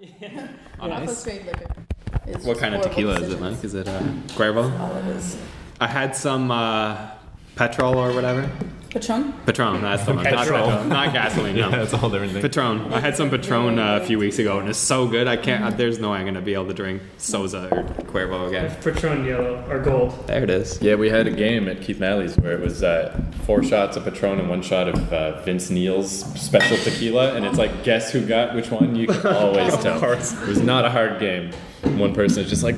Nice. Alpha Spade Liquor. is What just kind of horrible tequila is it, decisions. Mike? Is it uh, Cuervo? All of his. I had some uh, petrol or whatever. Patron? Patron, that's the one. Not, Petrol. petrol. not gasoline, no. Yeah, it's a whole different thing. Patron. I had some Patron uh, a few weeks ago, and it's so good. I can't. uh there's no way I'm gonna be able to drink Sosa or Cuervo again. It's Patron yellow or gold. There it is. Yeah, we had a game at Keith Nally's where it was uh, four shots of Patron and one shot of uh, Vince Neil's special tequila, and it's like guess who got which one. You can always tell. It was not a hard game. One person is just like,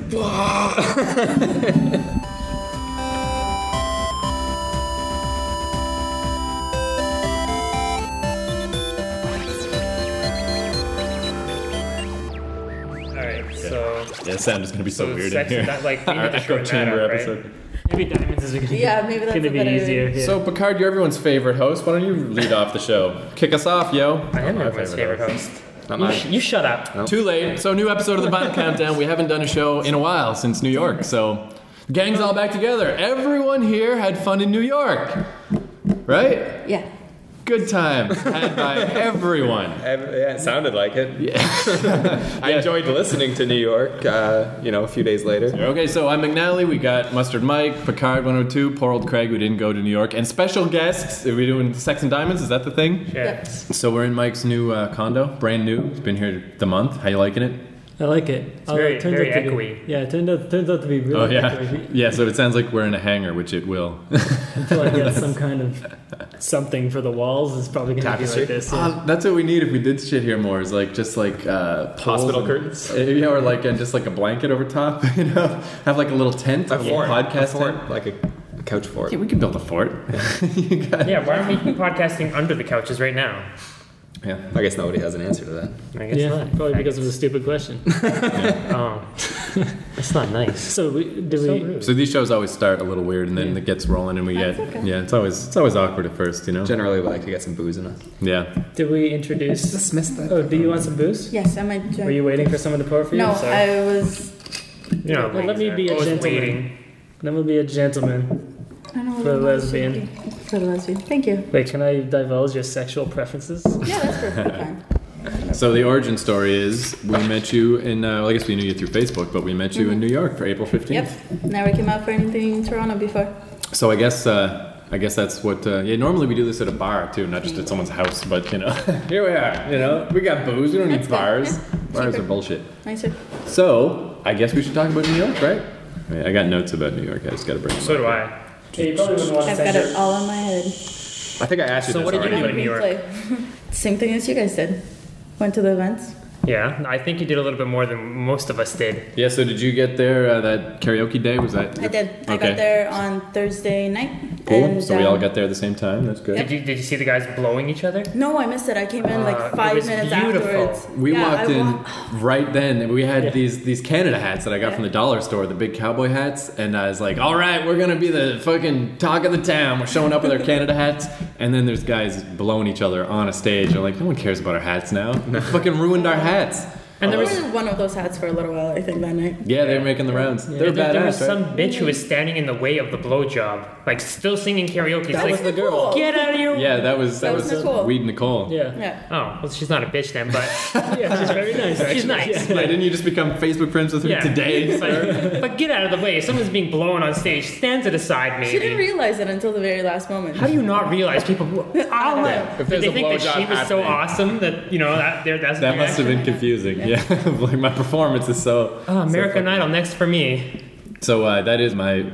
All right, so yeah, sound is gonna be so, so weird sex in is here. not like we Our need to echo shorten that chamber up, right? episode. Maybe diamonds is gonna, Yeah, maybe that's gonna a be better- easier. yeah. So Picard, you're everyone's favorite host. Why don't you lead off the show? Kick us off, yo. I am My everyone's favorite host. Not You, mine. sh- you shut up. Nope. Too late. So new episode of the Final Countdown. We haven't done a show in a while since New York. So gang's all back together. Everyone here had fun in New York, right? Yeah. Good times had by everyone. yeah, it sounded like it. I Yeah. enjoyed listening to New York. Uh, you know, a few days later. Okay, so I'm McNally. We got Mustard Mike, Picard 102, poor old Craig, who didn't go to New York, and special guests. Are we doing Sex and Diamonds? Is that the thing? Yeah. So we're in Mike's new uh, condo, brand new. It's been here the month. How you liking it? I like it. Although very- it turns very out to echoey. Be, yeah, it turned out, turns out to be really Oh yeah, echoey yeah. So it sounds like we're in a hangar, which it will. until I get some kind of something for the walls. It's probably going to be Tapestry? like this. yeah. Uh, that's what we need if we did shit here more. Is like just like uh, poles Hospital and- curtains? Uh, yeah, or like and just like a blanket over top. You know, have like a little tent, a A fort, a podcast fort, tent. like a couch fort. Yeah, we can build a fort. you got Yeah, why aren't we podcasting under the couches right now? yeah. I guess nobody has an answer to that. I guess yeah, not. probably I because of guess- the stupid question. Oh, that's not nice. So we, did we? So these shows always start a little weird, and then it gets rolling, and we That's get okay. yeah. It's always it's always awkward at first, you know. Generally, we like to get some booze in us. Yeah. Did we introduce? Dismissed that. Oh, do you want some booze? Yes, I might Were join. you waiting for someone to pour for you? No, I'm sorry. I was. You know, Well, let me be a always gentleman. waiting. Then we'll be a gentleman. I don't know For the what it was. lesbian. For the lesbian. Thank you. Wait, can I divulge your sexual preferences? Yeah, that's perfectly fine. So the origin story is we met you in. Uh, well, I guess we knew you through Facebook, but we met you in New York for April fifteenth. Mm-hmm. Yep. Never came out for anything in Toronto before. So I guess uh, I guess that's what. Uh, yeah, normally we do this at a bar too, not Mm-hmm. just at someone's house. But you know, here we are. You know, we got booze. We don't That's need good, bars. yeah. Bars are Cheaper. bullshit. Nicer. So I guess we should talk about New York, right? Wait, I got notes about New York. I just got to bring. Them So up. do I. Yeah, you probably wouldn't want I've to got it say all in my head. I think I asked you So this what did you already. do in New York? Replay. Same thing as you guys did. Went to the events. Yeah, I think you did a little bit more than most of us did. Yeah. So did you get there uh, that karaoke day? Was that? I did. I Okay. got there on Thursday night. Cool. and, so we all um, got there at the same time. That's good. Did you did you see the guys blowing each other? No, I missed it. I came in Uh, like it five was minutes beautiful. afterwards. We Yeah, walked I in wa- right then. and We had Yeah. these these Canada hats that I got from the dollar store, the big cowboy hats, and I was like, "All right, we're gonna be the fucking talk of the town. We're showing up with our Canada hats." And then there's guys blowing each other on a stage. They're like, "No one cares about our hats now. They fucking ruined our hats." And there I was wore one of those hats for a little while, I think, that night. Yeah, they're making the rounds. there, They're badass. there was right? some bitch who was standing in the way of the blowjob, like still singing karaoke. It's That like, was the girl. Cool. Get out of here! Yeah, that was that, That was, was Nicole. Weed Nicole. Yeah. yeah, Yeah. Oh, well, she's not a bitch then, but yeah, she's very nice. she's actually. nice. Yeah, didn't you just become Facebook friends with her Yeah. today? It's like, but get out of the way. If someone's being blown on stage, stand to the side, She didn't maybe. realize it until the very last moment. How do you not realize people? I'll Yeah, let. if Did there's they a think that blowjob she was so happening. awesome that you know that there? That's That must have been confusing. Yeah, like my performance is so. Oh, so fucking- American Idol next for me. So uh, that is my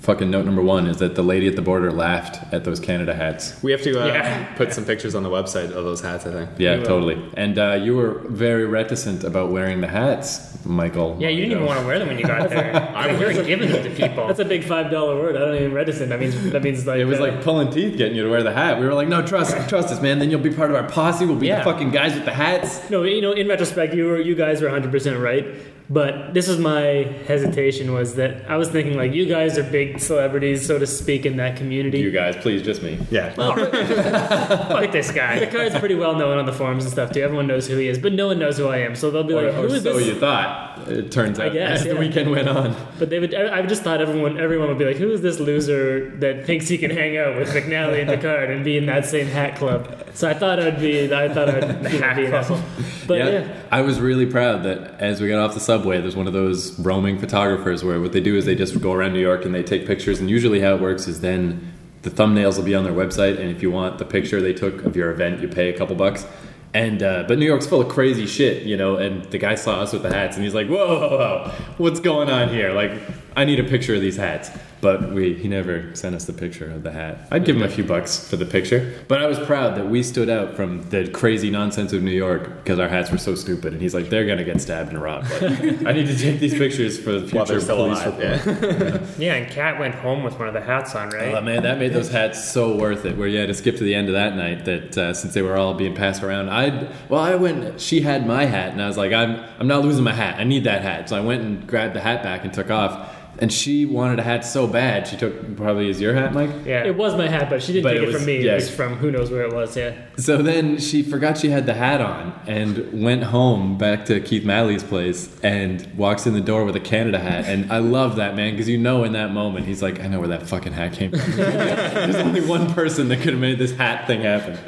fucking note number one is that the lady at the border laughed at those Canada hats. We have to uh, Yeah. put some pictures on the website of those hats. I think. Yeah, totally. And uh, you were very reticent about wearing the hats, Michael. Yeah, you didn't even want to wear them when you got there. I like, you're giving them to people. That's a big five dollar word. I don't even reticent. That means that means like It was uh, like pulling teeth getting you to wear the hat. We were like, no, trust, trust us, man. Then you'll be part of our posse. We'll be Yeah. the fucking guys with the hats. No, you know, in retrospect, you were, you guys were 100 percent right. But this is my hesitation was that I was thinking like you guys are big celebrities, so to speak, in that community. You guys, please, just me. Yeah. Fuck this guy. Picard's pretty well known on the forums and stuff too. Everyone knows who he is, but no one knows who I am. So they'll be Or, like, or "Who is so this?" you thought. hot. It turns I out guess, as the yeah. weekend went on. But they would. I I just thought everyone everyone would be like, "Who is this loser that thinks he can hang out with McNally and Picard and be in that same hat club?" So I thought I'd be. I thought I'd you know, be an asshole. But yeah. I was really proud that as we got off the subway, there's one of those roaming photographers where what they do is they just go around New York and they take pictures. And usually, how it works is then the thumbnails will be on their website, and if you want the picture they took of your event, you pay a couple bucks. And uh, but New York's full of crazy shit, you know. And the guy saw us with the hats, and he's like, "Whoa, whoa, whoa what's going on here? Like, I need a picture of these hats." But we he never sent us the picture of the hat. I'd give him a few bucks for the picture. But I was proud that we stood out from the crazy nonsense of New York because our hats were so stupid. And he's like, "They're gonna get stabbed and robbed." Like, I need to take these pictures for the While future they're police still alive. report. Yeah. Yeah, and Kat went home with one of the hats on, right? Oh, man, that made those hats so worth it. Where you had to skip to the end of that night. That uh, since they were all being passed around, I well, I went. She had my hat, and I was like, I'm I'm not losing my hat. I need that hat. So I went and grabbed the hat back and took off. And she wanted a hat so bad. She took probably is your hat, Mike. yeah. It was my hat, but she didn't But take it it, was- from me. yeah. It was from who knows where it was. Yeah. So then she forgot she had the hat on and went home back to Keith Malley's place and walks in the door with a Canada hat. And I love that, man, because you know in that moment, he's like, I know where that fucking hat came from. There's only one person that could have made this hat thing happen.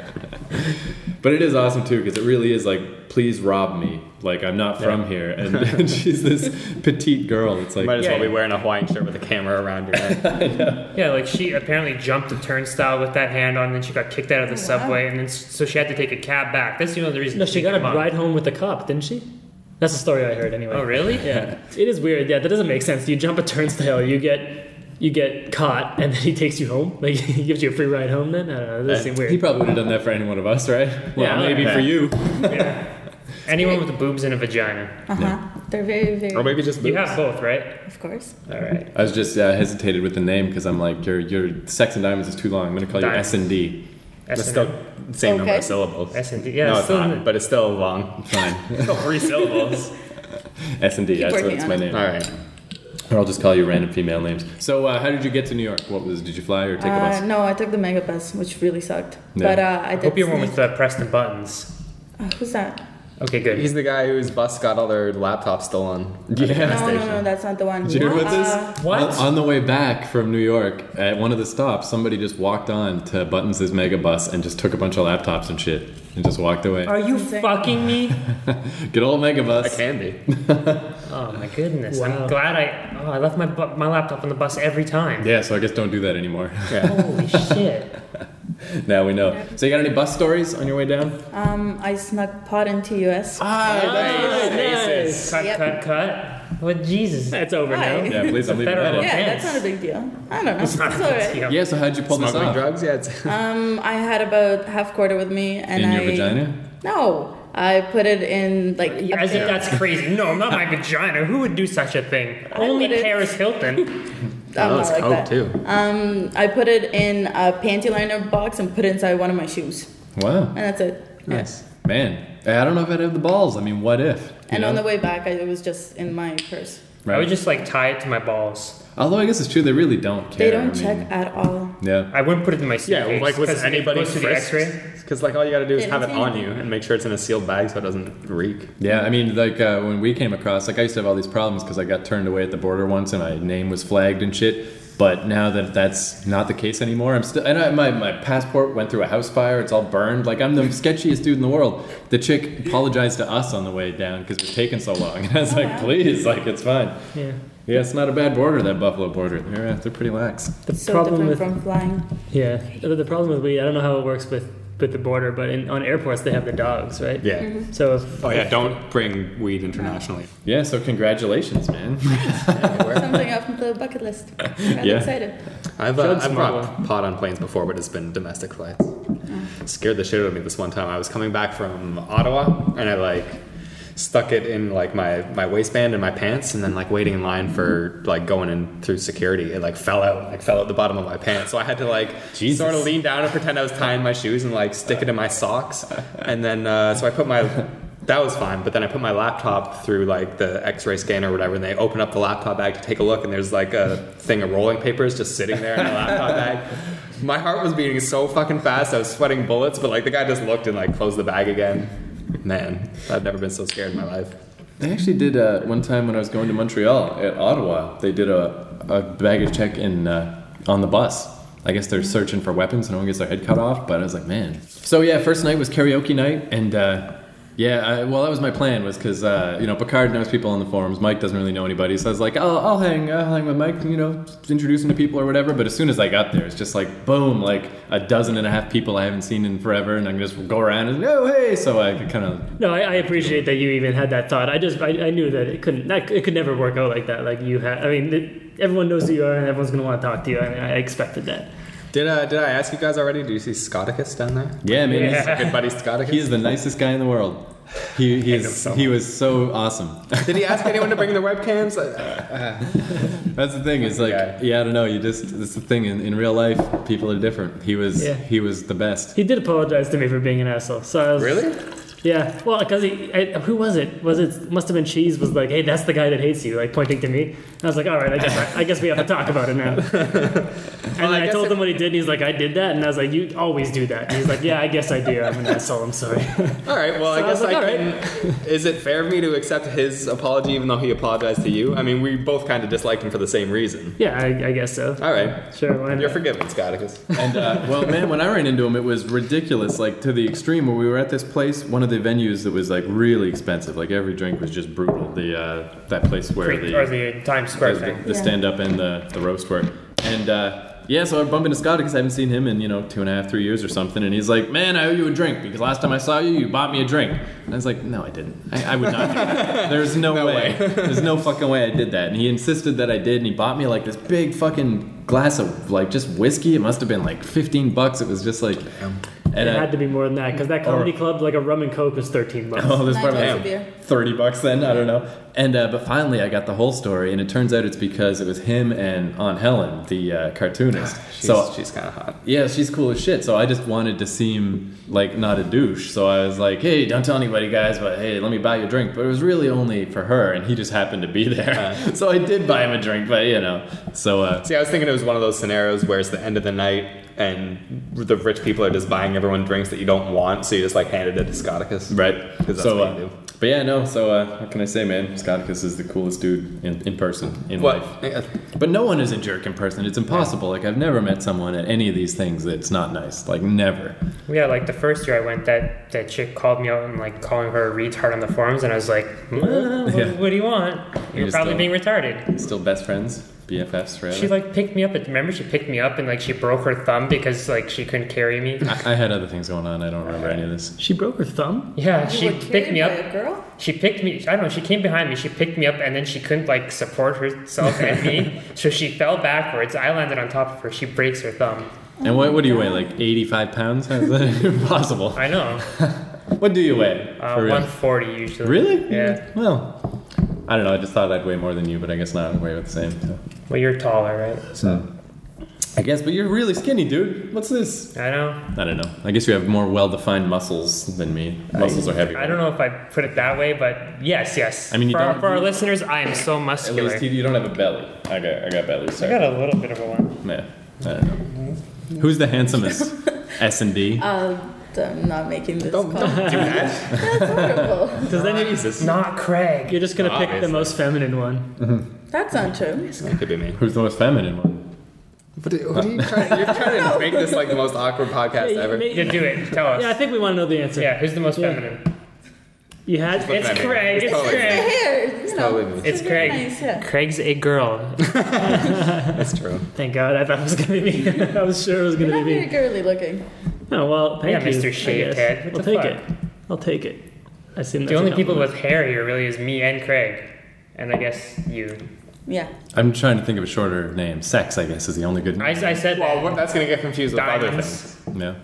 but it is awesome, too, because it really is like, please rob me. Like, I'm not from here. And, and she's this petite girl. It's like, Might as Yeah. well be wearing a Hawaiian shirt with a camera around your neck. Yeah, like she apparently jumped a turnstile with that hand on, then she got kicked out of the Oh, subway, and then s- so she had to take a cab back. That's the only reason. No, she got a came on. ride home with the cop, didn't she? That's the story I heard. Anyway. Oh, really? Yeah, it is weird. Yeah, that doesn't make sense. You jump a turnstile, you get you get caught, and then he takes you home. Like he gives you a free ride home. Then I don't know. That doesn't seem Uh, he weird. probably would have done that for any one of us, right? Well, Yeah. maybe for you. Anyone with boobs and a vagina. Uh huh. They're very, very. or maybe just You boobs. have both, right? Of course. All right. I was just uh, hesitated with the name because I'm like, your your Sex and Diamonds is too long. I'm gonna call Diamonds. you S and D. It's S still same number Okay. of syllables. S and D. Yeah, no, it's it's still not, but it's still long. Fine, Still three syllables. S and D. That's working that's on my it. name. All right. Or I'll just call you random female names. So uh, how did you get to New York? What was? Did you fly or take a Uh, bus? no, I took the mega bus, which really sucked. Yeah. But uh, I I did. hope you're one sneak- with the Preston buttons. Uh, who's that? Okay, good. He's the guy whose bus got all their laptops stolen. Yeah. No, no, no, that's not the one. Do you know what this? Uh, What? On, on the way back from New York, at one of the stops, somebody just walked on to Buttons' mega bus and just took a bunch of laptops and shit and just walked away. Are you Insane. fucking me? Good old mega A bus. candy. Oh my goodness! Wow. I'm glad I. Oh, I left my bu- my laptop on the bus every time. Yeah, so I guess don't do that anymore. Yeah. Oh, Holy shit! now we know. So you got any bus stories on your way down? um, I snuck pot into US. Ah, Oh, nice. Cut, Yep. cut, cut. What Jesus? That's over Hi. now. Yeah, please, I'm leaving federal that in. yeah, yes. that's not a big deal. I don't know. It's, Not a all big right. deal. Yeah, so how'd you pull this Smuggling off? drugs? Yeah. It's, Um, I had about half quarter with me, and In your I, vagina? No, I put it in like. Yeah, a As if pair. that's crazy. No, not my vagina. Who would do such a thing? I Only wouldn't. Paris Hilton. I'm Oh, not it's like coke, that. too. Um, I put it in a panty liner box and put it inside one of my shoes, Wow. and that's it. Yeah. Man, I don't know if I'd have the balls. I mean, what if? you And know? on the way back, I, it was just in my purse. Right. I would just like tie it to my balls. Although I guess it's true, they really don't care. They don't I mean, check at all. Yeah. I wouldn't put it in my suitcase. yeah, like was 'cause it anybody goes through the X-ray? Because like all you gotta do is They have it don't on say you and make sure it's in a sealed bag so it doesn't reek. Yeah, I mean, like uh, when we came across, like I used to have all these problems because I got turned away at the border once and my name was flagged and shit. But now that that's not the case anymore, I'm still. And I, my my passport went through a house fire; it's all burned. Like I'm the sketchiest dude in the world. The chick apologized to us on the way down because it was taking so long, and I was like, Uh-huh. "Please, like it's fine." Yeah. Yeah, it's not a bad border that Buffalo border. They're uh, they're pretty lax. The So problem different from with flying. yeah, the the problem with we I don't know how it works with with the border, but in, on airports they have the dogs, right? Yeah. Mm-hmm. So if, Oh yeah, don't bring weed internationally. Yeah, so congratulations, man. Something off the bucket list. I'm Yeah. excited. I've, uh, Drugs I've brought problem. pot on planes before, but it's been domestic flights. Scared the shit out of me this one time. I was coming back from Ottawa and I like stuck it in like my, my waistband and my pants and then like waiting in line for like going in through security it like fell out like fell out the bottom of my pants so i had to like Jesus. sort of lean down and pretend i was tying my shoes and like stick it in my socks and then uh, so i put my that was fine but then i put my laptop through like the x-ray scanner or whatever and they open up the laptop bag to take a look and there's like a thing of rolling papers just sitting there in my laptop bag my heart was beating so fucking fast i was sweating bullets but like the guy just looked and like closed the bag again man i've never been so scared in my life They actually did uh, one time when I was going to Montreal at Ottawa. They did a, a baggage check in uh, on the bus. I guess they're searching for weapons, so no one gets their head cut off. But I was like, man. So yeah, first night was karaoke night, and uh, yeah, I, well, that was my plan was because uh, you know Picard knows people on the forums. Mike doesn't really know anybody, so I was like, I'll, I'll hang, I'll hang with Mike, you know, introduce him to people or whatever. But as soon as I got there, it's just like boom, like a dozen and a half people I haven't seen in forever, and I can just go around and oh hey, so I kind of No, I, I appreciate that you even had that thought. I just, I, I knew that it couldn't, that, it could never work out like that. Like you had, I mean, it, everyone knows who you are and everyone's going to want to talk to you. I mean, I expected that. Did uh, did I ask you guys already? Do you see Scotticus down there? yeah, man. he's- Good buddy Scotticus. He's the nicest guy in the world. He he, him is, so he was so awesome. Did he ask anyone to bring their webcams? Uh, That's the thing. It's like guy. yeah, I don't know. You just that's the thing. In, in real life, people are different. He was Yeah. he was the best. He did apologize to me for being an asshole. So I was, really? Yeah. Well, because he, I, who was it? Was it, must have been Cheese was like, hey, that's the guy that hates you, like pointing to me. And I was like, all right, I guess, I, I guess we have to talk about it now. and Well, I I, guess told it- him what he did, and he's like, I did that. And I was like, you always do that. And he's like, yeah, I guess I do. I'm an asshole. I'm sorry. All right. Well, I So I guess was I, like, all can. Is it fair of me to accept his apology, even though he apologized to you? I mean, we both kind of disliked him for the same reason. yeah, I, I guess so. All right. Sure, why not? You're forgiven, Scotticus. And uh, well, man, when I ran into him, it was ridiculous. Like to the extreme, where we were at this place, one of the venues that was like really expensive. Like every drink was just brutal. The uh, that place where Freak- the or the Times Square the, thing. the stand up and the, the roast work. And uh, yeah, so I bump into Scott because I haven't seen him in, you know, two and a half, three years or something. And he's like, man, I owe you a drink because last time I saw you, you bought me a drink. And I was like, no, I didn't. I, I would not. do that. There's no, way. There's no fucking way I did that. And he insisted that I did. And he bought me like this big fucking glass of like just whiskey. It must have been like 15 bucks. It was just like. And uh, It I- had to be more than that because that comedy club, like a rum and coke, was thirteen bucks. Oh, this Nine probably dollars like a beer. thirty bucks then. I don't know. And uh, but finally, I got the whole story, and it turns out it's because it was him and Aunt Helen, the uh, cartoonist. Ah, She's, so she's kind of hot. yeah, she's cool as shit. So I just wanted to seem like not a douche. So I was like, hey, don't tell anybody, guys, but hey, let me buy you a drink. But it was really only for her, and he just happened to be there. Uh. so I did buy him a drink, but you know, so. Uh, See, I was thinking it was one of those scenarios where it's the end of the night and the rich people are just buying everyone drinks that you don't want, so you just like handed it to Scotticus. Right. 'Cause that's so, what uh, you do. but yeah, no. So, uh, what can I say, man? Scotticus is the coolest dude in, in person in What? life. But no one is a jerk in person. It's impossible. Like I've never met someone at any of these things that's not nice. Like never. Yeah, like the first year I went, that that chick called me out and like calling her a retard on the forums, and I was like, "Well, what, Yeah. what do you want? You're just probably don't- being retarded. Still best friends, BFFs forever. She like picked me up. At, remember, she picked me up and like she broke her thumb because like she couldn't carry me. I, I had other things going on. I don't remember any of this. She broke her thumb. Yeah, You she were picked carried me by up. A girl? She picked me. I don't know. She came behind me. She picked me up, and then she couldn't like support herself and me, so she fell backwards. I landed on top of her. She breaks her thumb. and what, what do you weigh? Like 85 pounds? How is that impossible? I know. What do you weigh? Uh, for real? 140 usually. Really? Yeah. Well, I don't know. I just thought I'd weigh more than you, but I guess not. I weigh about the same. So. Well, you're taller, right? so. I guess, but you're really skinny, dude. What's this? I know. I don't know. I guess you have more well-defined muscles than me. Muscles are heavy. I don't know if I put it that way, but yes, yes. I mean, you for, our, don't- for our you- listeners, I am so At muscular. least you you don't have a belly. I got, I got belly. I Sorry. got a little bit of a one. Yeah, I don't know. Who's the handsomest? S and D. Uh, I'm not making this Don't- call. Do that? That's horrible. Because then you- Jesus. Not Craig. you're just gonna pick the Obviously. most feminine one. That's not true. That could be me. Who's the most feminine one? But what are you trying, you're trying to make this like the most awkward podcast Yeah, ever. you You may- do it. Tell us. yeah, I think we want to know the answer. Yeah, who's the most Yeah. feminine? You had Look It's at me. Craig. It's The totally me. Craig. hair, you know. totally me. It's really Craig. Nice, yeah. Craig's a girl. That's true. Thank God. I thought it was gonna be me. I was sure it was You're gonna not be very me. girly looking. Oh well, thank Yeah, you. Mr. I Shaved guess. Head. What I'll the take fuck? it. I'll take it. I assume that's The a only people compliment. with hair here really is me and Craig, and I guess you. Yeah. I'm trying to think of a shorter name. Sex, I guess, is the only good I, name. I said Well, that. what- that's gonna get confused with other things. diamonds No.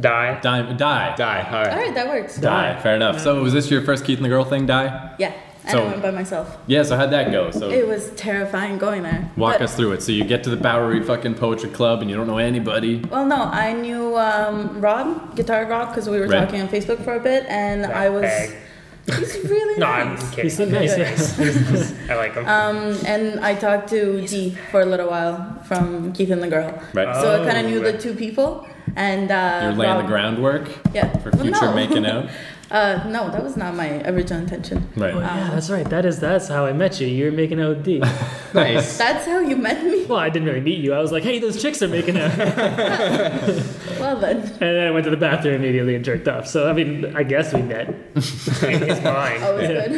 die. Die. Die. Die. All right. All right, that works. Die. Fair enough. So was this your first Keith and the Girl thing? Die. Yeah. And So- I went by myself. Yeah. So how'd that go? It So was terrifying going there. walk But- us through it. So you get to the Bowery fucking poetry club and you don't know anybody. Well, no, I knew um, Rob, guitar Rob, because we were Right. talking on Facebook for a bit, and I was. Bag. He's really No, I'm nice. kidding. He seemed nice. yeah. I like him. Um, and I talked to Dee for a little while from Keith and the Girl. Right. So I kind Oh. of knew the two people, and uh, You're laying Rob- the groundwork Yeah. for Well, future no. making out. Uh, no, that was not my original intention. Right. Oh, yeah, that's right. That is that's how I met you. You were making out with D. Nice. That's how you met me. Well, I didn't really meet you. I was like, hey, those chicks are making out, and Well then, then I went to the bathroom immediately and jerked off. So I mean, I guess we met. In his mind. I was good.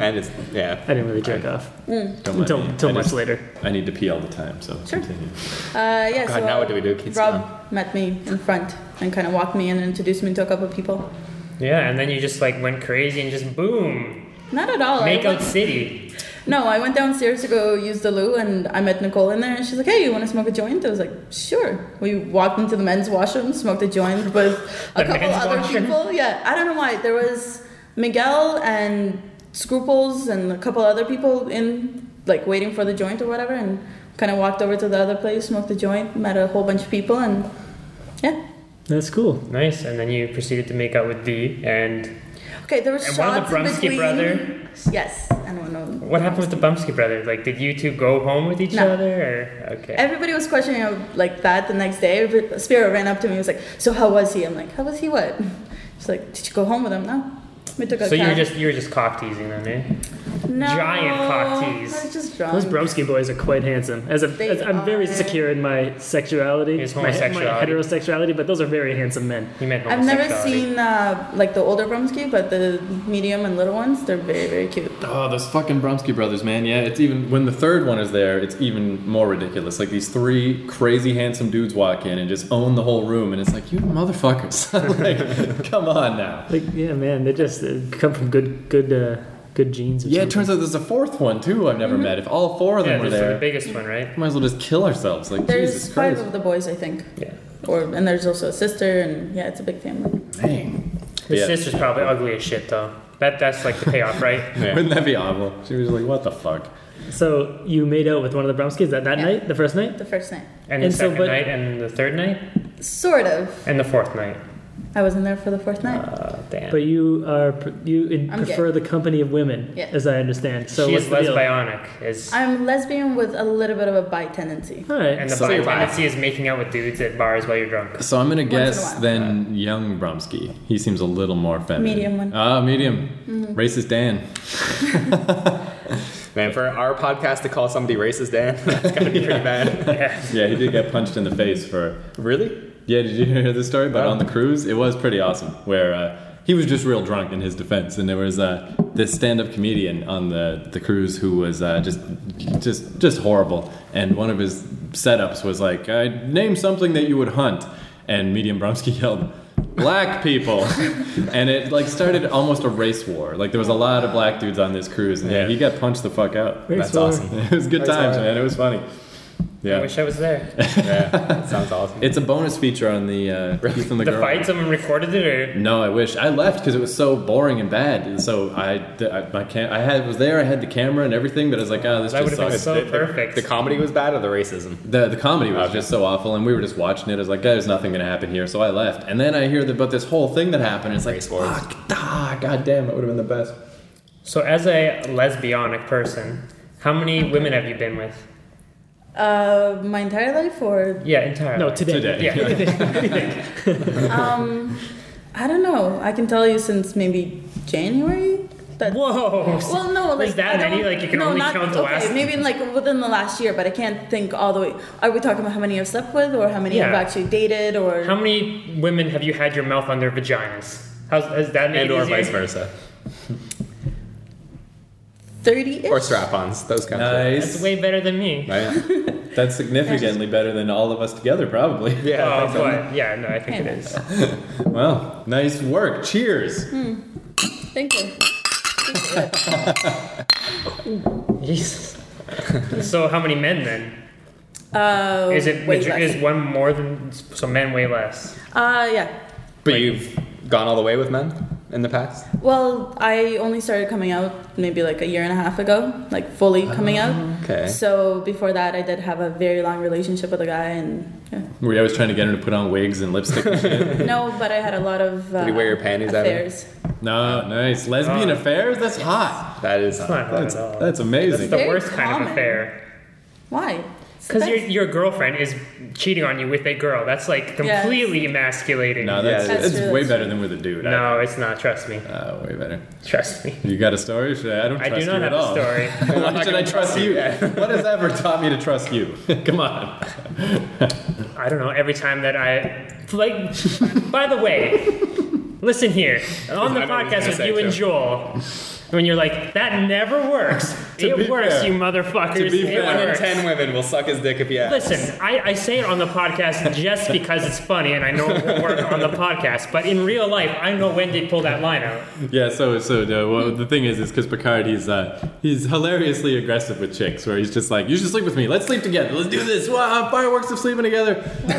and it's yeah. I didn't really jerk off Don't mind until me. until I much just- later. I need to pee all the time, so Sure. continue. Uh, yeah. Oh, God, so now uh, what do we do, kids? Rob now? met me in front and kind of walked me in and introduced me to a couple people. Yeah, and then you just like went crazy and just boom, Not at all. Oh, I makeout went- city. No, I went downstairs to go use the loo, and I met Nicole in there, and she's like, "Hey, you want to smoke a joint?" I was like, "Sure." We walked into the men's washroom, smoked a joint with a The couple men's other washroom? people. Yeah, I don't know why there was Miguel and Scruples and a couple other people in like waiting for the joint or whatever, and kind of walked over to the other place, smoked a joint, met a whole bunch of people, and yeah. That's cool. Nice, and then you proceeded to make out with D. And Okay, there was And one of shots the in Brumsky between. brother? Yes, I don't know. what happened with the Bumsky brother? Like, did you two go home with each No. other? Or okay. Everybody was questioning uh, like that the next day. But Spiro ran up to me and was like, "So how was he?" I'm like, "How was he? What?" She's like, "Did you go home with him?" No. We took a so you were cab." just you were just cock teasing them, eh? no, giant cock tease. I was just drunk. Those Bromsky boys are quite handsome. As, a, They as I'm very are. secure in my sexuality, His my, my homosexuality. heterosexuality, but those are very handsome men. You meant I've never homosexuality. seen uh, like the older Bromsky, but the medium and little ones, they're very very cute. Oh, those fucking Bromsky brothers, man. Yeah, it's even when the third one is there, it's even more ridiculous. Like these three crazy handsome dudes walk in and just own the whole room, and it's like, you motherfuckers. like, come on now. Like, yeah, man, they just uh, come from good good uh, good genes. Or Yeah, it something. turns out there's a fourth one too I've Mm-hmm. never met. If all four of them Yeah, were this is there, the biggest one, right? might as well just kill ourselves. Like, There's Jesus five Christ. of the boys, I think, Yeah. or and there's also a sister, and yeah, it's a big family. Dang. His Yeah. sister's probably ugly as shit though. That that's like the payoff, right? Yeah. Wouldn't that be awful? She was like, what the fuck? So you made out with one of the Bromskys that, that Yeah. night, the first night? The first night, And the And so, second but- night, and the third night, sort of. and the fourth night. I wasn't there for the fourth night. Uh, damn. But you are you in, I'm gay. prefer the company of women, Yeah. as I understand. So she what's is the deal? lesbionic. Is I'm lesbian with a little bit of a bi tendency. All right. and the So- bi tendency is making out with dudes at bars while you're drunk. So I'm gonna in a guess while. then young Bromsky. He seems a little more feminine. Medium one. Mm-hmm. Ah, medium. Racist Dan. Man, for our podcast to call somebody racist, Dan, that's gotta be pretty bad. Yeah, he did get punched in the face for. Really? Yeah, did you hear this story? But Oh. No. on the cruise, it was pretty awesome. Where uh, he was just real drunk in his defense, and there was uh, this stand-up comedian on the the cruise who was uh, just just just horrible. And one of his setups was like, uh, "Name something that you would hunt," and Medium Bromsky yelled. Black people, and it like started almost a race war. Like there was a lot of black dudes on this cruise, and Yeah. he got punched the fuck out. Very That's slow. awesome. It was good That's times, alright. man. It was funny. I Yeah, wish I was there. Yeah, that sounds awesome. it's a bonus feature on the uh, Keith and the, the Girl. fight, someone recorded it, or No, I wish I left because it was so boring and bad. And so I, I, my cam- I had was there. I had the camera and everything, but I was like, oh, this that would just have been sucks. so perfect. The comedy was bad or the racism? The, the comedy was just so awful, and we were just watching it. I was like, "There's nothing gonna happen here," so I left. And then I hear the, about this whole thing that happened. It's like, Race wars. "Fuck, ah, god damn, it would have been the best." so, as a lesbionic person, how many women have you been with? Uh, my entire life, or Yeah, entirely. No, today. Today. Yeah. um, I don't know. I can tell you since maybe January. That Whoa. well, no, like Is that I don't- many? Like, you can no, only not- count the okay, last- Maybe in, like within the last year, but I can't think all the way. Are we talking about how many I've slept with, or how many I've Yeah. actually dated, or How many women have you had your mouth on their vaginas? How's, has that made And it or easier? vice versa. thirty? Or strap ons, those kinds of That's Nice. way better than me. Right? That's significantly better than all of us together, probably. Yeah, I oh, think so. but yeah, no, I think it is. Well, nice work. Cheers. Hmm. Thank you. Jesus. so how many men then? Uh, Is it way is less. one more than so men way less? Uh, yeah. But you've gone all the way with men in the past? Well, I only started coming out maybe like a year and a half ago, like fully coming out. Oh, Okay. So before that, I did have a very long relationship with a guy, and yeah. Were you always trying to get her to put on wigs and lipstick? and shit? no, but I had a lot of. Uh, Did he wear your panties out of it? affairs. no, nice. Lesbian Oh. affairs? That's hot. That is. It's not hot That's, at all. that's amazing. the Very worst kind common. of affair. Why? Because your, your girlfriend is cheating on you with a girl. That's like Yes. completely emasculating. No, that's, Yeah, it's that's true, way that's better than with a dude. No, it's not. Trust me. I, uh, way better. Trust me. You got a story? Should I, I don't I trust do not you have at all. a story. I'm Why not should I gonna trust you? what has ever taught me to trust you? Come on. I don't know. Every time that I like, by the way, listen here on the I know what he's podcast gonna with say, you and too. Joel. When you're like, that never works. To be it works, fair. you motherfuckers. To be it fair. One in works. ten women will suck his dick if you ask. Listen, I, I say it on the podcast just because it's funny and I know it will work on the podcast, but in real life, I know when to pull that line out. Yeah. So, so uh, well, the thing is, is because Picard, he's uh, he's hilariously aggressive with chicks, where he's just like, "You should sleep with me. Let's sleep together. Let's do this. Wow, fireworks of sleeping together."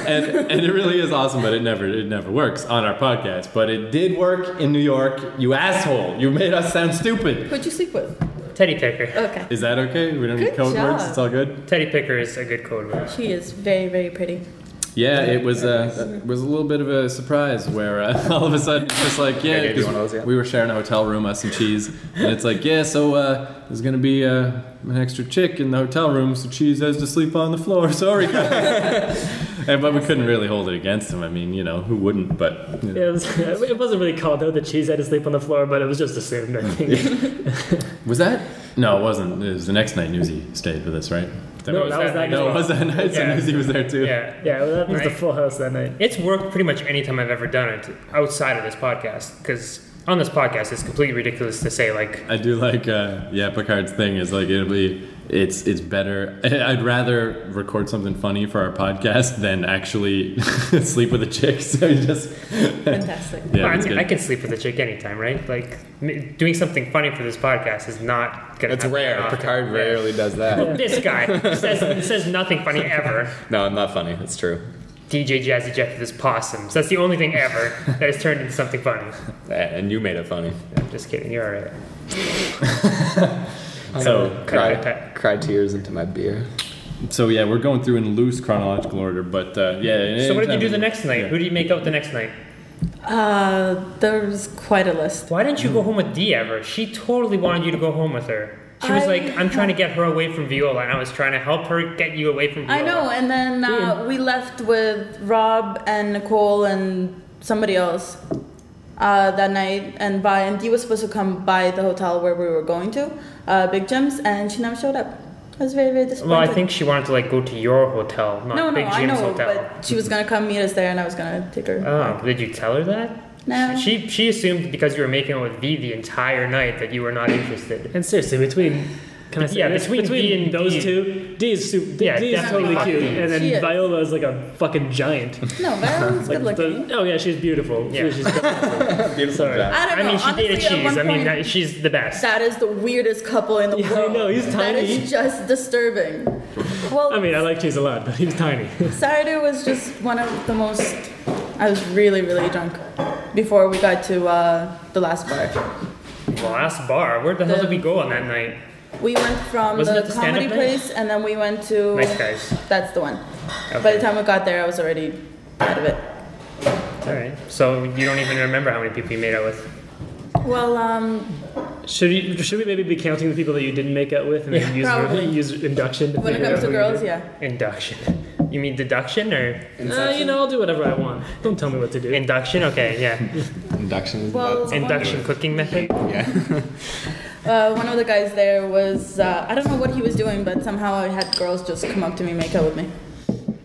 And and it really is awesome, but it never it never works on our podcast. But it did work in New York. You asshole! You made us sound stupid. Who'd you sleep with? Teddy Picker. Okay. Is that okay? We don't need Good code job. words. It's all good. Teddy Picker is a good code word. She is very, very pretty. Yeah, it was uh, it was a little bit of a surprise where uh, all of a sudden it's just like yeah, Yeah, yeah, do 'cause one of those, yeah. we were sharing a hotel room, us and Cheese, and it's like yeah, so uh, there's gonna be uh, an extra chick in the hotel room, so Cheese has to sleep on the floor. Sorry, guys. and but we couldn't really hold it against him. I mean, you know, who wouldn't? But you know, It, was, it wasn't really called out that cheese had to sleep on the floor, but it was just assumed. I think. was that? No, it wasn't. It was the next night. Newsy stayed with us, right? That no, was that was that that. night. no, night. it was that night. So Yeah. Newsy was there too. Yeah. Yeah, well, that was the Right. full house that night. It's worked pretty much any time I've ever done it outside of this podcast, because on this podcast, it's completely ridiculous to say, like, I do like uh, yeah Picard's thing is like it'll be it's it's better. I'd rather record something funny for our podcast than actually sleep with a chick. So you just Fantastic. yeah, I, that's mean, good. I can sleep with a chick anytime, right? Like, m- doing something funny for this podcast is not gonna. It's happen rare. often. Picard Yeah. rarely does that. This guy says says nothing funny ever. No, I'm not funny. It's true. DJ Jazzy Jeff with his possums. That's the only thing ever that has turned into something funny. And you made it funny. I'm just kidding. You're alright. Oh, so Cry, cry tears into my beer. so yeah, we're going through in loose chronological order, but uh, yeah. So what did you anytime do we- the next night? Who do you make out the next night? Uh, there was quite a list. Why didn't you Hmm. go home with Dee ever? She totally wanted you to go home with her. She was I- like, I'm trying to get her away from Viola, and I was trying to help her get you away from Viola. I know, and then uh, we left with Rob and Nicole and somebody else uh, that night. And by and Dee was supposed to come by the hotel where we were going to, uh, Big Jim's, and she never showed up. I was very, very disappointed. Well, I think she wanted to like go to your hotel, not no, no, Big I Jim's know, hotel. but she was gonna come meet us there, and I was gonna take her. Oh, did you tell her that? no, She she assumed because you were making out with V the entire night that you were not interested. And seriously, between can I say Yeah, this? between D and those D. two, D is super, Yeah, D is definitely totally fuck cute, D. and She then is. Viola is like a fucking giant. no, Violet's Like good looking. the- oh yeah, she's beautiful. Yeah. She's beautiful. Beautiful Sorry. job. I don't know. I mean, she honestly, dated at cheese. one I mean, point, that, she's the best. that is the weirdest couple in the Yeah, I world. know, he's That tiny. is just disturbing. Well, I mean, I like cheese a lot, but he was tiny. Saturday was just one of the most. I was really, really drunk before we got to uh, the last bar. The last bar. Where the hell did we go on that night? We went from Wasn't the that the stand-up comedy night? place, and then we went to. Nice guys. That's the one. By Okay. the time we got there, I was already out of it. All right. So you don't even remember how many people you made out with. Well, um, Should you, should we maybe be counting the people that you didn't make out with and then probably. use, use induction? To when it figure comes to out who you girls, did? yeah. Induction. You mean deduction or Uh, you know, I'll do whatever I want. Don't tell me what to do. induction? Okay, yeah. Induction is Well, about- Induction cooking method. Yeah. Uh, one of the guys there was. Uh, I don't know what he was doing, but somehow I had girls just come up to me, make out with me.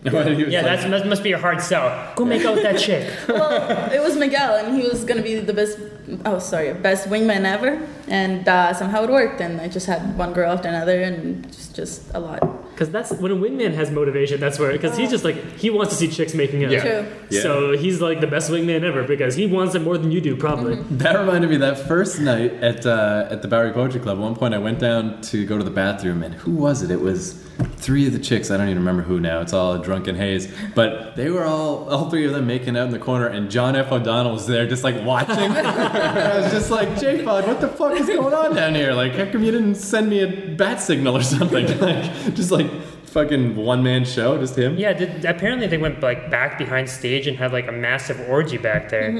Yeah, that's, that must be a hard sell. Go make out with that chick. well, it was Miguel, and he was gonna be the best. Oh, sorry, best wingman ever. And uh, somehow it worked, and I just had one girl after another, and just just a lot. Because that's when a wingman has motivation. That's where because he's just like he wants to see chicks making out. Yeah. True. Yeah. So he's like the best wingman ever because he wants it more than you do, probably. Mm-hmm. That reminded me that first night at uh, at the Bowery Poetry Club. At one point, I went down to go to the bathroom, and who was it? It was three of the chicks. I don't even remember who now. It's all a drunken haze. But they were all all three of them making out in the corner, and John F. O'Donnell was there, just like watching. and I was just like, J. Pod, what the fuck is going on down here? Like, how come you didn't send me a bat signal or something? like, just like fucking one man show, just him. Yeah, did, apparently they went like back behind stage and had like a massive orgy back there.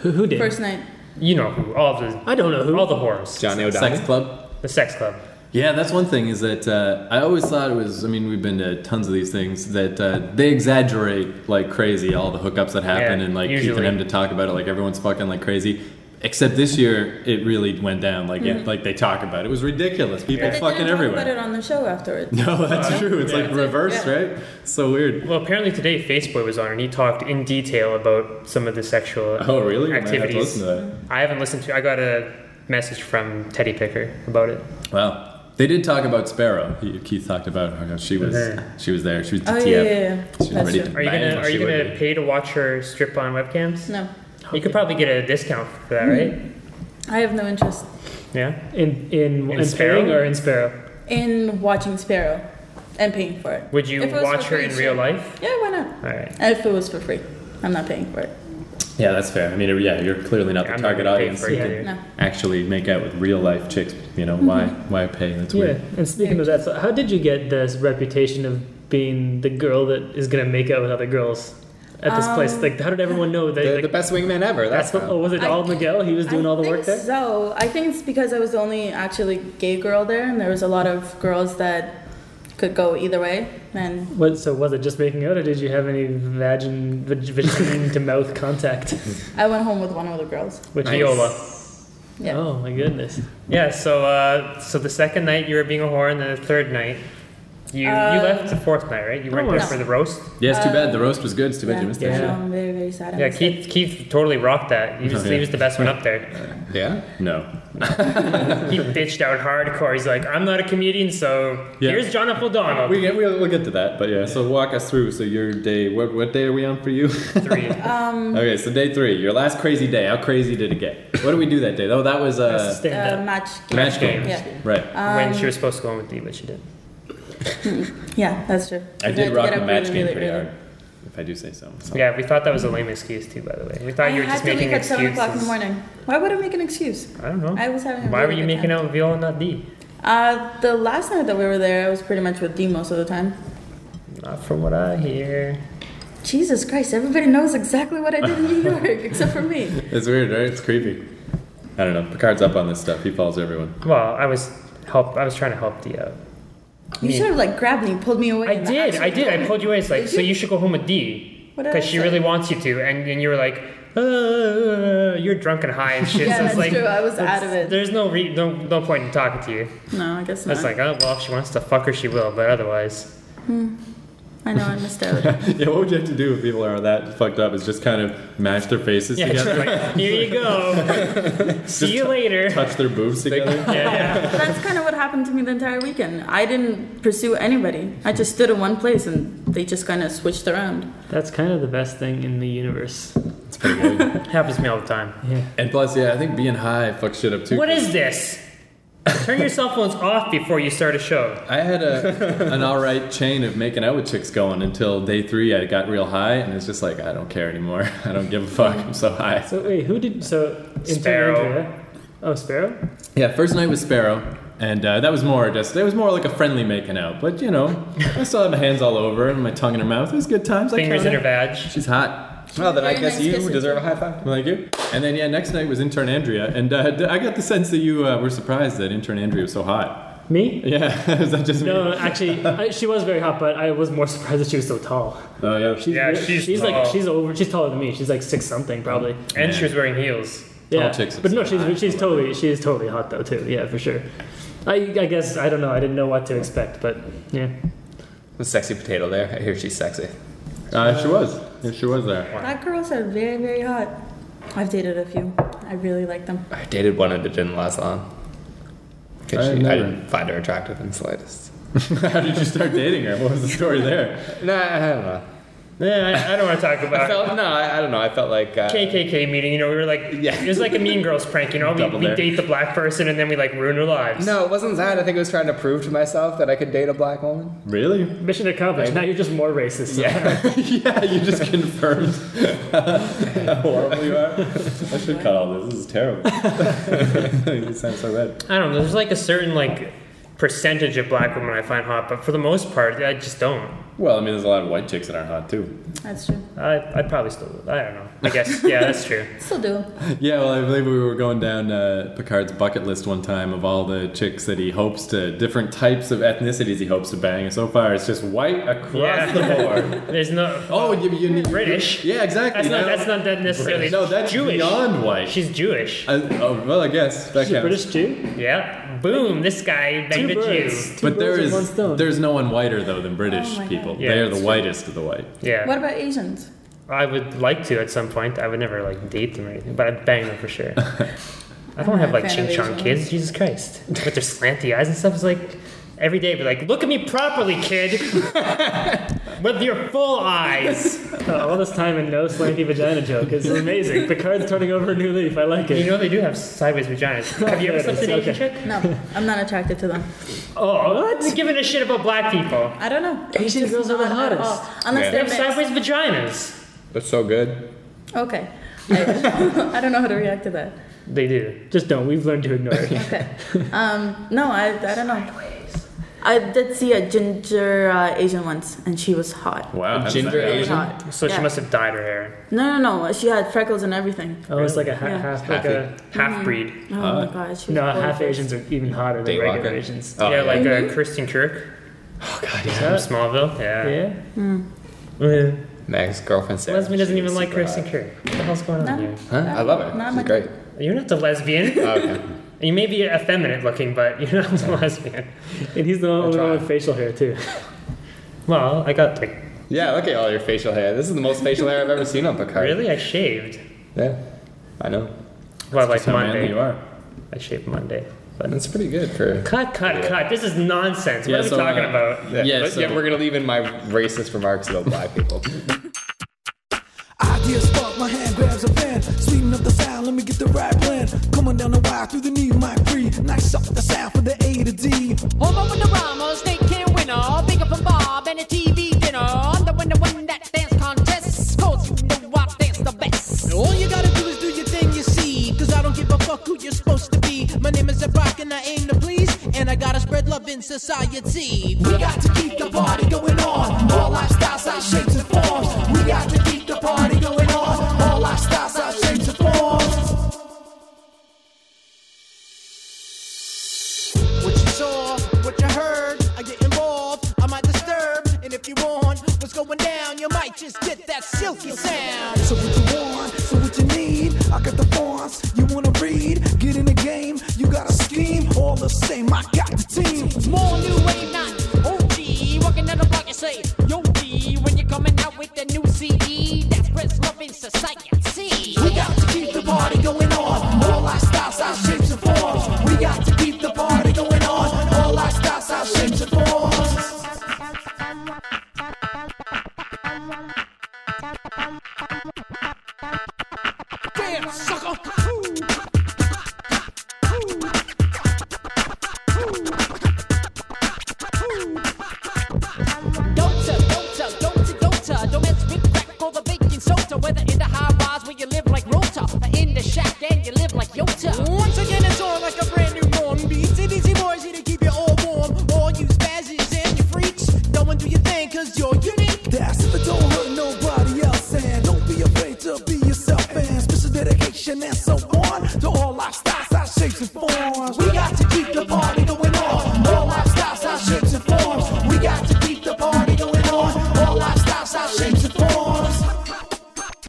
Who, who did? First night. You know who? All the I don't know who. all the whores. Johnny O'Donnell. Sex club. The sex club. Yeah, that's one thing is that uh, I always thought it was. I mean, we've been to tons of these things that uh, they exaggerate like crazy all the hookups that happen Yeah, and like Keith usually. and him to talk about it like everyone's fucking like crazy. Except this year, it really went down. Like, it, like they talk about it. It was ridiculous. People But Mm-hmm. they fucking didn't talk about it everywhere. on the show afterwards. No, that's true. It's like reverse, Yeah. right? So weird. Well, apparently today Faceboy was on and he talked in detail about some of the sexual Oh, really? We might have to activities. listen to I haven't listened to. I got a message from Teddy Picker about it. that. Wow. They did talk about Sparrow. He- Keith talked about how she was Mhm. she was there. She was the Oh yeah, yeah, TF. yeah. yeah. She was That's ready true. to Are you bang gonna if Are she you would gonna be. pay to watch her strip on webcams? No, You could probably get a discount for that, Hmm. right? I have no interest Yeah. In in, in, Sparrow? paying or in Sparrow? in watching Sparrow and paying for it. Would you If it was watch for her free, in sure. real life? Yeah, why not? All right. If it was for free, I'm not paying for it. Yeah, that's fair. I mean, yeah, you're clearly not the I'm not target gonna pay audience. for You it can either. No. actually make out with real life chicks. You know why? Mm-hmm. Why pay? That's Yeah. weird. And speaking of that, so how did you get this reputation of being the girl that is gonna make out with other girls at this place? Um, Like, how did everyone know that? The, like, the best wingman ever. That's, that's what, oh, was it I- all Miguel? He was doing I all the think work there. So I think it's because I was the only actually gay girl there, and there was a lot of girls that could go either way. And What, so was it just making out, or did you have any vagin, vag- vagine to mouth contact? I went home with one of the girls. Which Viola. Yeah. Oh my goodness. Yeah. So, uh, so the second night you were being a whore, and then the third night, you you Uh, left the fourth night, right? You weren't there no. for the roast. Yeah, it's too bad. The roast was good. It's too bad yeah, you missed I that know, shit. I'm very very sad. I Yeah, missed it. Keith Keith totally rocked that. He was, Oh, yeah. he was the best one up there. yeah. No. He bitched out hardcore. He's like, I'm not a comedian, so Yeah. here's John F. O'Donnell. We get, we'll, we'll get to that, but yeah. So walk us through. So your day. What what day are we on for you? Um, Three. okay, so day three. Your last crazy day. How crazy did it get? What did we do that day? Oh, that was That's uh, stand Uh, up. match. match game. game. Yeah. Uh, Right. when Um, she was supposed to go in with you, but she did. Yeah, that's true. I had did to rock get the up match really, game really pretty early. hard, if I do say so. myself. Yeah, we thought that was a lame excuse too. By the way, we thought I you were had just to making leave at seven excuses. o'clock in the morning. Why would I make an excuse? I don't know. I was having. A Oh. Why really were you good making time. out with Viola, not D? Uh, the last night that we were there, I was pretty much with D most of the time. Not from what I hear. Jesus Christ! Everybody knows exactly what I did in New York, except for me. It's weird, right? It's creepy. I don't know. Picard's up on this stuff. He follows everyone. Well, I was help. I was trying to help D out. You Me. should have like grabbed me, pulled me away. I and did. I actually did. told I me. pulled you away. It's like, Did so you? you should go home with D What did because I she say? really wants you to, and and you were like, uh, you're drunk and high and shit. Yeah, so it's that's like, true. I was that's- out of it. There's no re- no no point in talking to you. No, I guess not. It's like, oh well, if she wants to fuck her, she will. But otherwise, I know I missed out. yeah, what would you have to do if people are that fucked up? Is just kind of mash their faces yeah, she's together, like, here you go. See you later. touch their boobs together. Yeah, yeah. that's kind of what happened to me the entire weekend. I didn't pursue anybody. I just stood in one place, and they just kind of switched around. That's kind of the best thing in the universe. It's pretty good. Happens to me all the time. Yeah. And plus, yeah, I think being high fucks shit up too. What is this? Turn your cell phones off before you start a show. I had a an all right chain of making out with chicks going until day three. I got real high, and it's just like I don't care anymore. I don't give a fuck. I'm so high. So wait, who did so in Sparrow. Andrea- Oh, Sparrow. Yeah, first night was Sparrow, and uh, that was more just. It was more like a friendly making out, but you know, I still had my hands all over and my tongue in her mouth. It was good times. I Fingers in counted. her vag. She's hot. Well, then I Very guess nice you kisses. deserve a high five. Thank you. And then yeah, next night was intern Andrea, and uh, d- I got the sense that you uh, were surprised that intern Andrea was so hot. Me? Yeah, is that just me? No, actually, I, she was very hot, but I was more surprised that she was so tall. Oh yeah, she's Yeah, Re- she's like tall. Mm-hmm. she's over. She's taller than me. She's like six something probably. And she was wearing heels. Yeah. chicks are but no, so hot. she's she's totally she's totally hot though too. Yeah, for sure. I I guess I don't know. I didn't know what to expect, but yeah. The sexy potato there. I hear she's sexy. Uh, she was. Yeah, she was there. Black girls are very, very hot. I've dated a few. I really like them. I dated one and it didn't last long. 'Cause I she- I never- didn't find her attractive in the slightest. How did you start dating her? What was the story there? No, I I don't know. Yeah, I, I don't want to talk I about it. felt no, I, I don't know. I felt like uh, KKK meeting. You know, we were like, Yeah. it was like a Mean Girls prank. You know, Double we, we dare. date the black person and then we like ruin their lives. No, it wasn't that. I think I was trying to prove to myself that I could date a black woman. Really? Mission accomplished. Now you're just more racist. Yeah. yeah, you just confirmed how horrible you are. I should cut all this. This is terrible. you sound so bad. I don't know. There's like a certain like percentage of black women I find hot, but for the most part, I just don't. Well, I mean, there's a lot of white chicks that are hot too. That's true. I I probably still. I don't know. I guess. Yeah, that's true. Still do. Yeah, well, I believe we were going down uh, Picard's bucket list one time of all the chicks that he hopes to, different types of ethnicities he hopes to bang. And so far, it's just white across Yeah. the board. There's no. Oh, you, you need British. Yeah, exactly. That's not. Now- That's not that necessarily. no, that's Jewish. beyond white. She's Jewish. I- oh, well, I guess that She's counts. British too. yeah. Boom. This guy Two banged a birds. Jew. Two But there birds with one is stone. there's no one whiter though than British Oh my people. God. Yeah, they are that's the true. whitest of the white. Yeah. What about Asians? I would like to at some point. I would never like date them or anything, but I'd bang them for sure. I don't have like Fan ching of chong Asian. kids. Jesus Christ, with their slanty eyes and stuff. It's like every day, be like, look at me properly, kid, with your full eyes. Uh, all this time and no slanty vagina joke is amazing. Picard's turning over a new leaf. I like You it. know they do have sideways vaginas. Have you ever slept with an Asian chick? No, I'm not attracted to them. Oh, what? Giving a shit about black people. I don't know. Asian Just girls are the not at hottest. all. Unless Yeah. They they're have mixed. sideways vaginas. That's so good. Okay. I, I don't know how to react to that. They do. Just don't. We've learned to ignore it. Okay. Um, no, I, I don't know. I did see a ginger uh, Asian once, and she was hot. Wow. how does Ginger that- She was Asian? hot. So Yeah. she must have dyed her hair. No, no, no. She had freckles and everything. Oh, it's like a ha- Yeah. half, like Halfy. a Half breed. Oh Hot. my god. She was no. gorgeous. Half Asians are even hotter than Date regular locker. Asians. Oh, yeah, like Mm-hmm. uh, Kirsten Kirk oh god, from yeah. Smallville. Uh, Yeah. Yeah. Yeah. Meg's girlfriend Sarah. Lesbian doesn't she even was like super Kirsten hot. Kirk. What the hell's going on No. here? Huh? I love her. Not She's my- great. You're not the lesbian. Oh, okay. You may be effeminate looking, but you're not the lesbian. And he's the only try. one Oh, with facial hair too. Well, I got like Yeah, look at all your facial hair. This is the most facial hair I've ever seen on Picard. really. I shaved. Yeah. I know. Well, like How manly Monday. you are. I shaved Monday. But that's pretty good for Cut, cut, Yeah. cut. This is nonsense. What Yeah, are we so, talking uh, about? Yeah, Yeah, but so- yeah, we're gonna leave in my racist remarks about black people. Ideas spark, my hand grabs a pen. Sweeten up the sound, let me get the right blend. Coming down the wire through the knee, my free. Nice up the sound for the A to D. Home up in the Ramos, they can win all. Big up from Bob and a TV dinner. I'm the one, the one that dance contests. Cause you know I dance the best. All you gotta do is do your thing, you see. Cause I don't give a fuck who you're supposed to be. My name is Zabak and I aim to please. And I gotta spread love in society. We got to keep the party going on. All lifestyles, size, shapes, and forms. We got to keep the party going on. All lifestyles, size, shapes, and forms. What you saw, what you heard, I get involved, I might disturb. And if you want what's going down, you might just get that silky sound. So what you want, so what you need, I got the forms you wanna read. Get in the game, you got a scheme, all the same, I got the team. More new wave, not OG. Walking down the block, you say, Yo, D. When you're coming out with the new CD, that's press love in society. We got to keep the party going on, all our styles, our shapes and forms. We got to keep the party going on, all our styles, our shapes and forms. Damn, sucker. Don't ya, don't ya, don't ya, don't ya. Don't mess with crack or the baking soda. Whether in the high rise where you live like Rota, or in the shack and you live like Yota. Once again, it's all like a brand new norm. Beats and easy boys here to keep you all warm. All you spazzes and you freaks, don't do your thing cause you're unique. That's if it don't hurt nobody else. And don't be afraid to be yourself. And special dedication and so on to all lifestyles, our shapes and forms. We got to keep the party going on. All lifestyles, our shapes and forms. We got to keep the party going on. All lifestyles, our shapes and forms.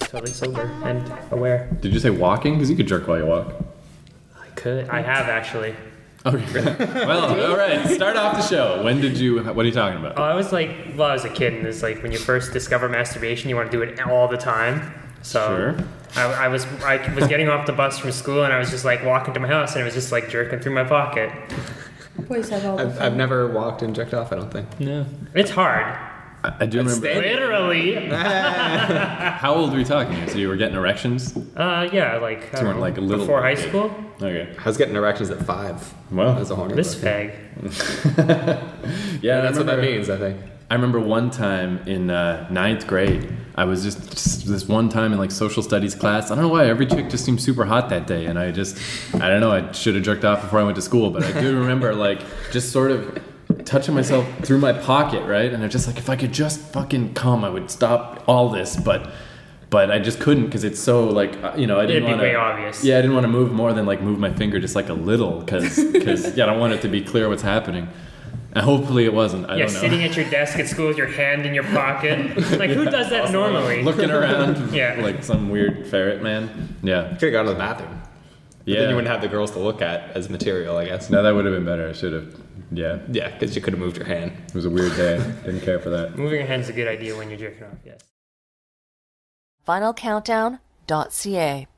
Totally sober and aware. Did you say walking? Because you could jerk while you walk. I could. I have actually. Oh, Okay. well, all right. Start off the show. When did you? What are you talking about? Oh, I was like, well, I was a kid, and it's like when you first discover masturbation, you want to do it all the time. Uh, So Sure. I, I was I was getting off the bus from school, and I was just like walking to my house, and it was just like jerking through my pocket. Boys have all the I've, I've never walked and jerked off. I don't think. No. It's hard, I, I do remember. Stan- literally. Uh, How old were you talking? here? So you were getting erections? uh, yeah, like I You don't weren't know, like a little before high kid. school. Okay. I was getting erections at five. Well, as a horny. This little kid. fag. Yeah, Yeah, I that's what that remember- means. I think. I remember one time in uh, ninth grade, I was just, just this one time in like social studies class. I don't know why every chick just seemed super hot that day, and I just, I don't know. I should have jerked off before I went to school, but I do remember like just sort of touching myself through my pocket, right? And I'm just like, if I could just fucking come, I would stop all this. But, but I just couldn't because it's so like, uh, you know, I It'd didn't be want way obvious. Yeah, I didn't want to move more than like move my finger just like a little because yeah, I don't want it to be clear what's happening. And hopefully it wasn't. I yeah, don't know. sitting at your desk at school with your hand in your pocket. Like, who does that normally? Looking around, Yeah. like some weird ferret man. Yeah, Could have gone to the bathroom. But yeah. Then you wouldn't have the girls to look at as material, I guess. no, that would have been better. I should have. Yeah, Yeah, because you could have moved your hand. it was a weird day. Didn't care for that. Moving your hand's a good idea when you're jerking off, yes. finalcountdown.ca.